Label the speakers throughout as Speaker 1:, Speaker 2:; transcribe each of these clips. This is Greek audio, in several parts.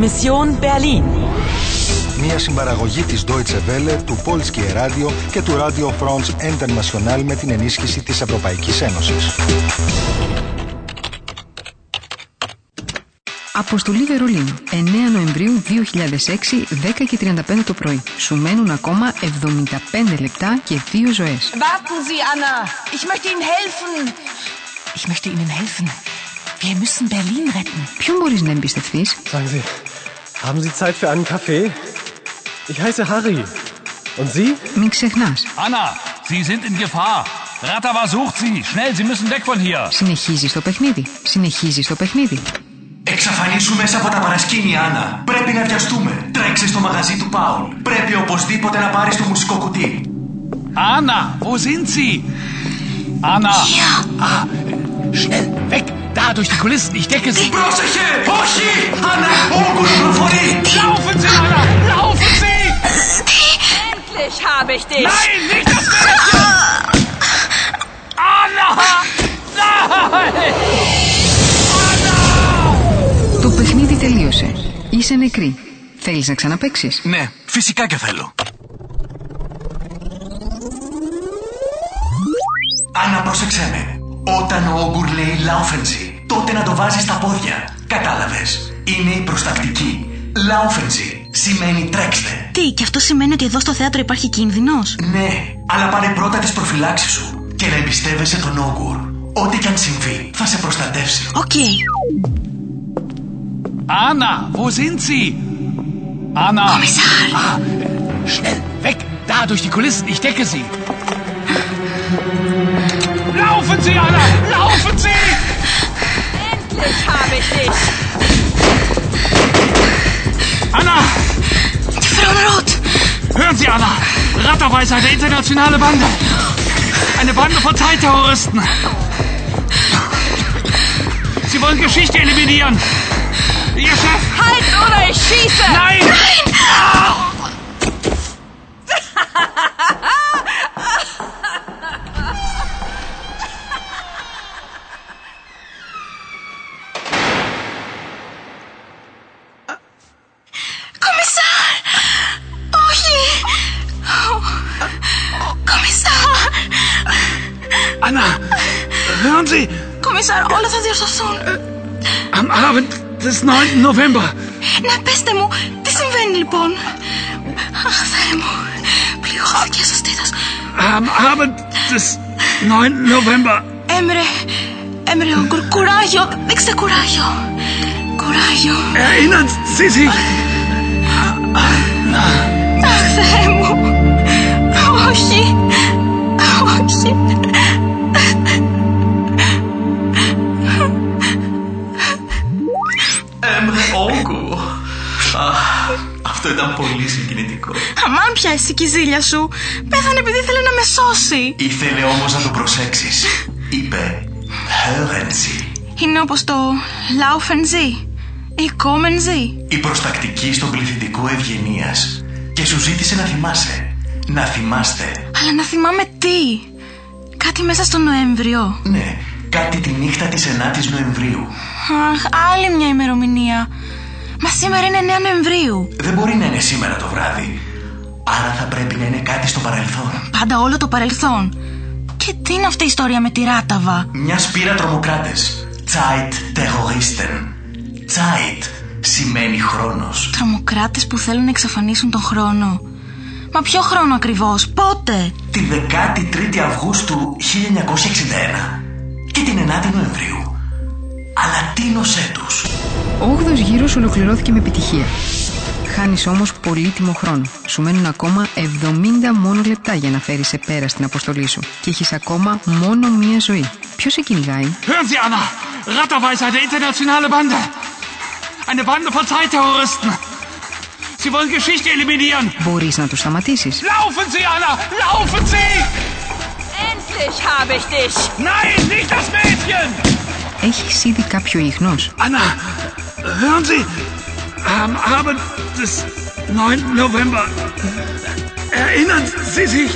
Speaker 1: Mission Berlin.
Speaker 2: Μια συμπαραγωγή της Deutsche Welle, του Polskie Radio και του Radio France International με την ενίσχυση της Ευρωπαϊκής Ένωσης.
Speaker 3: Αποστολή Βερολίνου, 9 Νοεμβρίου 2006, 10 και 35 το πρωί. Σου μένουν ακόμα 75 λεπτά και 2 ζωές.
Speaker 4: Warten Sie, Anna. Ich möchte Ihnen helfen.
Speaker 5: Ich möchte Ihnen helfen. Wir müssen Berlin retten.
Speaker 3: Ποιον μπορείς να εμπιστευτείς?
Speaker 6: Sagen Sie, haben Sie Zeit für einen Kaffee? Ich heiße Harry. Und Sie?
Speaker 3: Μην ξεχνάς,
Speaker 7: Anna, Sie sind in Gefahr. Ratava sucht Sie. Schnell, Sie müssen weg von hier.
Speaker 3: συνεχίζεις το παιχνίδι, συνεχίζεις το παιχνίδι.
Speaker 8: Εξαφανίσου μέσα από τα παρασκήνια, Άννα. Πρέπει να βιαστούμε. Τρέξε στο μαγαζί του Πάουλ. Πρέπει οπωσδήποτε να πάρεις το μουσικό κουτί.
Speaker 7: Anna, wo sind Sie? Anna. Ah, äh, schnell, weg. Da, durch die Kulissen. Ich decke Sie.
Speaker 8: Πρόσεχε! Όχι! Άννα, ο όγκος προφορεί!
Speaker 7: Laufen Sie, Anna. Laufen Sie.
Speaker 4: Endlich habe ich dich.
Speaker 7: Nein, nicht das Mädchen. Anna. Nein.
Speaker 3: Το παιχνίδι τελείωσε. Είσαι νεκρή. Θέλεις να ξαναπαίξεις?
Speaker 8: Ναι, φυσικά και θέλω. Άννα, πρόσεξέ με. Όταν ο όγκουρ λέει Λάουφενζι, τότε να το βάζεις στα πόδια. Κατάλαβες. Είναι η προστακτική. Λάουφενζι σημαίνει τρέξτε.
Speaker 9: Τι, και αυτό σημαίνει ότι εδώ στο θέατρο υπάρχει κίνδυνος.
Speaker 8: Ναι, αλλά πάρε πρώτα τις προφυλάξεις σου και να εμπιστεύεσαι τον Όγκουρ. Ό,τι και αν συμβεί, θα σε προστατεύσει.
Speaker 9: Οκ.
Speaker 7: Anna, wo sind Sie? Anna. Kommissar. Ah, äh, schnell, weg. Da, durch die Kulissen. Ich decke Sie. Laufen Sie, Anna. Laufen Sie.
Speaker 4: Endlich habe ich dich.
Speaker 7: Anna. Hören Sie, Anna. Ratterweis eine internationale Bande. Eine Bande von Zeitterroristen. Sie wollen Geschichte eliminieren. Ihr Chef.
Speaker 4: Halt oder ich schieße.
Speaker 7: Nein.
Speaker 9: Kommissar! Όχι! Kommissar!
Speaker 7: Anna. Hören Sie.
Speaker 9: Kommissar, όλα θα διορθωθούν.
Speaker 7: Am Abend des 9. November.
Speaker 9: Να πέστε μου, τι συμβαίνει λοιπόν. Αχ, Θεέ μου. Πληγώθηκε στο στήθος.
Speaker 7: Am Abend des 9. November.
Speaker 9: Έμρε, έμρε, κου- κουράγιο. Δείξτε κουράγιο. Κουράγιο.
Speaker 7: Erinnern Sie sich?
Speaker 9: Αχ, Θεέ μου. Όχι. Όχι.
Speaker 8: Έμπρε Όγκουρ. Αχ, αυτό ήταν πολύ συγκινητικό.
Speaker 9: Αμάν πια εσύ και η ζήλια σου. Πέθανε επειδή ήθελε να με σώσει.
Speaker 8: Ήθελε όμως να το προσέξεις. Είπε, Χέρενζι.
Speaker 9: Είναι όπως το Laufensee ή Kommensee.
Speaker 8: Η προστακτική στον πληθυντικό ευγενίας. Και σου ζήτησε να θυμάσαι. Να θυμάστε.
Speaker 9: Αλλά να θυμάμαι τι. Κάτι μέσα στο Νοέμβριο.
Speaker 8: Ναι, κάτι τη νύχτα της 9ης Νοεμβρίου.
Speaker 9: Αχ, άλλη μια ημερομηνία. Μα σήμερα είναι 9 Νοεμβρίου.
Speaker 8: Δεν μπορεί να είναι σήμερα το βράδυ. Άρα θα πρέπει να είναι κάτι στο παρελθόν.
Speaker 9: Πάντα όλο το παρελθόν. Και τι είναι αυτή η ιστορία με τη Ράταβα.
Speaker 8: Μιας σπήρα τρομοκράτε. Zeit Terroristen. Zeit σημαίνει χρόνος.
Speaker 9: Τρομοκράτες που θέλουν να εξαφανίσουν τον χρόνο. Μα ποιο χρόνο ακριβώς, πότε.
Speaker 8: Τη 13η Αυγούστου 1961 και την 9η Νοεμβρίου. Αλλά τίνωσέ τους.
Speaker 3: Ο 8ος γύρος ολοκληρώθηκε με επιτυχία. Χάνεις όμως πολύτιμο χρόνο. Σου μένουν ακόμα 70 μόνο λεπτά για να φέρεις σε πέρα στην αποστολή σου. Και έχεις ακόμα μόνο μία ζωή. Ποιος σε κυνηγάει?
Speaker 7: Hören Sie, Anna! Ratterweis eine internationale Bande! Eine Bande von Zeitterroristen! Sie wollen Geschichte eliminieren!
Speaker 3: Μπορείς να τους σταματήσεις.
Speaker 7: Laufen Sie, Anna! Laufen Sie!
Speaker 4: Endlich habe ich dich.
Speaker 7: Nein, nicht das Mädchen!
Speaker 3: Έχεις ήδη κάποιο ίχνος.
Speaker 7: Anna, hören Sie! Am Abend des 9. November äh, erinnern Sie sich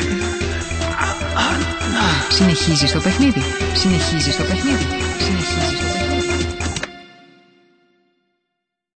Speaker 3: Συνεχίζεις το παιχνίδι. Συνεχίζεις το παιχνίδι. Συνεχίζεις.